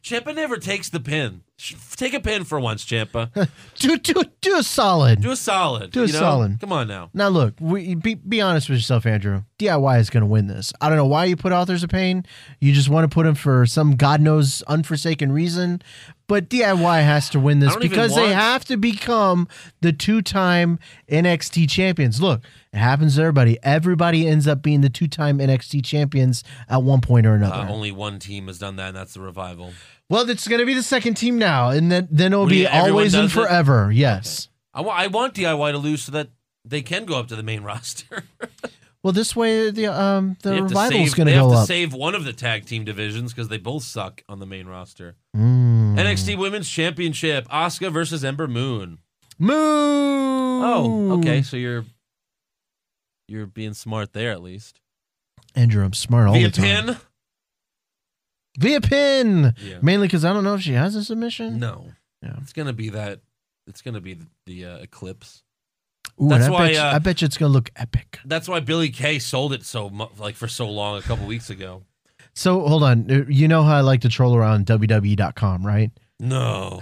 Champa never takes the pin. Sh- Take a pin for once, Champa. Do do do a solid. Do a solid. Do a you know? solid. Come on now. now look, we, be be honest with yourself, Andrew. DIY is going to win this. I don't know why you put authors of pain. You just want to put them for some god knows unforsaken reason, but DIY has to win I this don't even because they want- have to become the two-time NXT champions. Look, it happens to everybody. Everybody ends up being the two-time NXT champions at one point or another. Uh, only one team has done that, and that's the revival. Well, it's going to be the second team now, and then then it'll What do be you- everyone always and does it? forever. Yes. I, wa- I want DIY to lose so that they can go up to the main roster. Well, this way the um the they have to revival is save- going to They go have to up. save one of the tag team divisions because they both suck on the main roster. Mm. NXT Women's Championship: Asuka versus Ember Moon. Moo. Oh, okay. So you're you're being smart there at least. Andrew, I'm smart all Via the time. pin? Via pin. Yeah. Mainly because I don't know if she has a submission. No. Yeah. It's gonna be that. It's gonna be the, the uh, eclipse. Ooh, That's and I why, Bet you, uh, I bet you it's going to look epic. That's why Billy Kay sold it so mu- like for so long a couple weeks ago. So hold on. Uh, You know how I like to troll around WWE.com, right? No.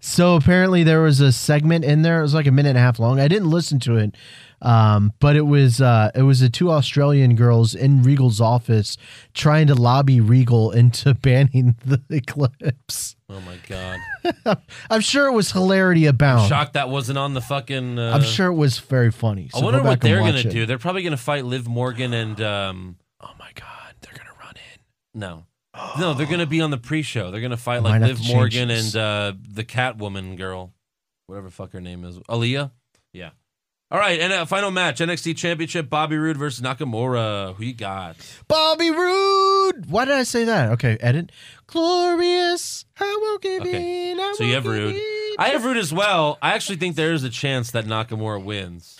So apparently there was a segment in there. It was like a minute and a half long. I didn't listen to it, um, but it was uh, it was the two Australian girls in Regal's office trying to lobby Regal into banning the eclipse. Oh my god. I'm sure it was hilarity abound. Shocked that wasn't on the fucking. Uh, Oh. I'm sure it was very funny. So I wonder go back what they're and gonna watch it. do. They're probably gonna fight Liv Morgan and um. Oh my god, they're gonna run in. No. No, they're gonna be on the pre-show. They're gonna fight Might like have Liv to change Morgan this. and uh, the Catwoman girl, whatever the fuck her name is, Aaliyah. Yeah. All right, and uh, final match: NXT Championship, Bobby Roode versus Nakamura. Who you got? Bobby Roode. Why did I say that? Okay, edit. Glorious. I will give Okay. in. I So you will have give Roode. in. I have Roode as well. I actually think there is a chance that Nakamura wins,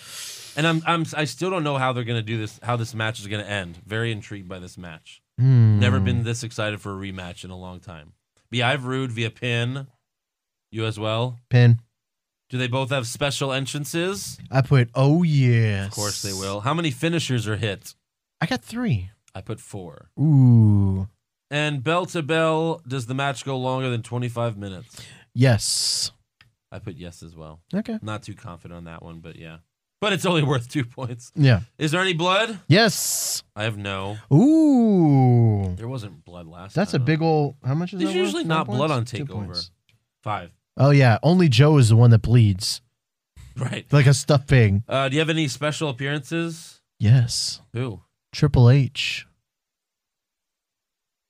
and I'm I'm I still don't know how they're gonna do this. How this match is gonna end. Very intrigued by this match. Hmm. Never been this excited for a rematch in a long time. But yeah, I have Rude via pin. You as well. pin. Do they both have special entrances? I put oh yes. Of course they will. How many finishers are hit? I got three. I put four. Ooh. And bell to bell, does the match go longer than 25 minutes? Yes. I put yes as well. Okay. Not too confident on that one, but yeah. But it's only worth two points. Yeah. Is there any blood? Yes. I have no. Ooh. There wasn't blood last That's a time. big old. How much is Uh, There's that? worth? usually Four not blood points? on Two Takeover. points. Five. Oh yeah, only Joe is the one that bleeds Right. like a stuffed pig. Uh, do you have any special appearances? Yes. Who? Triple H.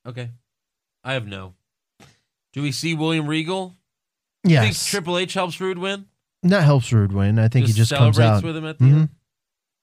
Okay. I have no. Do we see William Regal? You think Yes. Triple H helps Rude win? that helps Rude win. I think he just celebrates comes out. with him at the Mhm. end.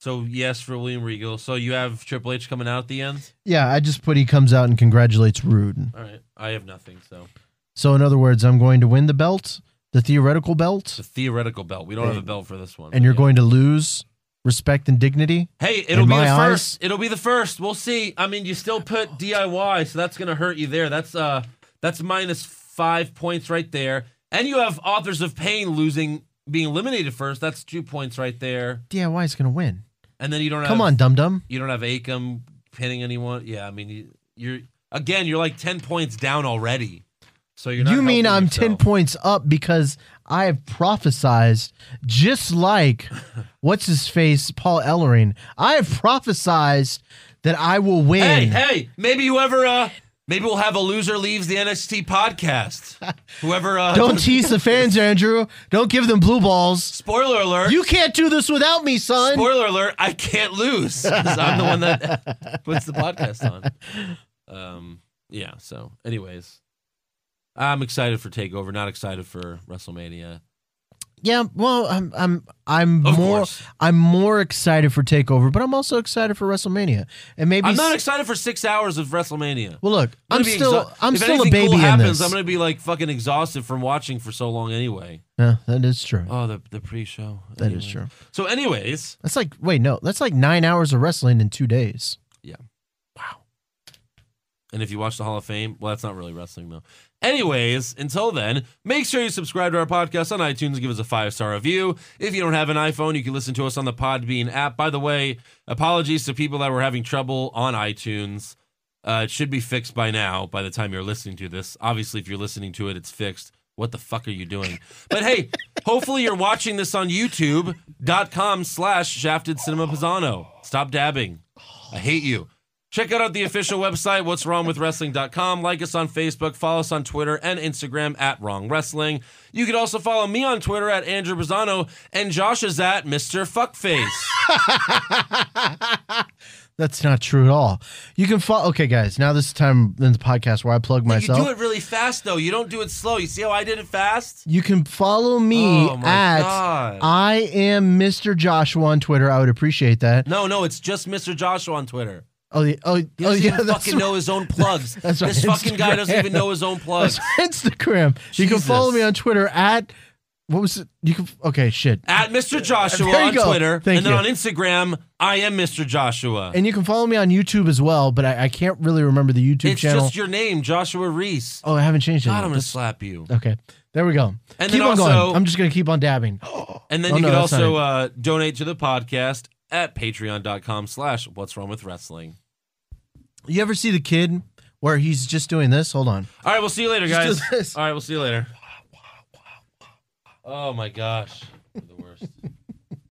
So yes for William Regal. So you have Triple H coming out at the end? Yeah, I just put he comes out and congratulates Rude. All right. I have nothing, so So in other words, I'm going to win the belt, the theoretical it's belt, a theoretical belt. We don't have a belt for this one. and but you're yeah. going to lose respect and dignity. Hey, it'll in be my the eyes- first. It'll be the first. We'll see. I mean, you still put DIY, so that's gonna hurt you there. That's uh that's minus five points right there. And you have authors of pain losing being eliminated first. That's two points right there. DIY is going to win. And then you don't Come have on, dum dum. You don't have Akam pinning anyone. Yeah, I mean, you, you're again, you're like ten points down already. So you're. Not You mean helping I'm yourself. ten points up because I have prophesized, just like what's his face, Paul Ellering. I have prophesized that I will win. Hey, hey, maybe whoever uh, Maybe we'll have a loser leaves the NXT podcast. Whoever uh, Don't tease the fans, Andrew. Don't give them blue balls. Spoiler alert. You can't do this without me, son. Spoiler alert, I can't lose 'cause I'm the one that puts the podcast on. Um, yeah, so, anyways, I'm excited for TakeOver, not excited for WrestleMania. Yeah, well, I'm I'm I'm Of more course. I'm more excited for Takeover, but I'm also excited for WrestleMania. And maybe I'm not s- excited for six hours of WrestleMania. Well, look, gonna I'm be still exha- I'm if still a anything baby cool happens, in this. I'm going to be like fucking exhausted from watching for so long anyway. yeah, that is true. Oh, the, the pre show. That is true. So, anyways, That's like wait, no, that's like 9 hours of wrestling in 2 days. And if you watch the Hall of Fame, well, that's not really wrestling though. Anyways, until then, make sure you subscribe to our podcast on iTunes and give us a five star review. If you don't have an iPhone, you can listen to us on the Podbean app. By the way, apologies to people that were having trouble on iTunes. Uh, it should be fixed by now, by the time you're listening to this. Obviously, if you're listening to it, it's fixed. What the fuck are you doing? But hey, hopefully you're watching this on youtube.com slash shafted cinema pisano. Stop dabbing. I hate you. Check out the official website, what's wrong with wrestling.com. Like us on Facebook, follow us on Twitter and Instagram at Wrong Wrestling. You can also follow me on Twitter at Andrew Brazano, and Josh is at Mr. Fuckface. That's not true at all. You can follow Okay, guys, now this is the time in the podcast where I plug myself. You do it really fast, though. You don't do it slow. You see how I did it fast? You can follow me Oh my at God. I am Mr. Joshua on Twitter. I would appreciate that. No, no, it's just Mr. Joshua on Twitter. Oh, yeah, oh, He oh doesn't yeah, even that's fucking know his own plugs. That's right, this fucking guy doesn't even Instagram. know his own plugs. That's Instagram. You can Jesus. follow me on Twitter at what was it? You can okay, shit. At Mr. Joshua There you on go. Twitter, Thank and then you. on Instagram, I am Mr. Joshua. And you can follow me on YouTube as well, but I, I can't really remember the YouTube it's channel. just your name, Joshua Reese. oh, I haven't changed it. God, yet. I'm gonna That's- slap you. Okay, there we go. And keep then on also- going. I'm just gonna keep on dabbing. And then Oh, you no, can that's not also it. uh, donate to the podcast at patreon.com slash what's wrong with wrestling. You ever see the kid where he's just doing this? Hold on. All right, we'll see you later, Just do guys. this. All right, we'll see you later. Oh my gosh.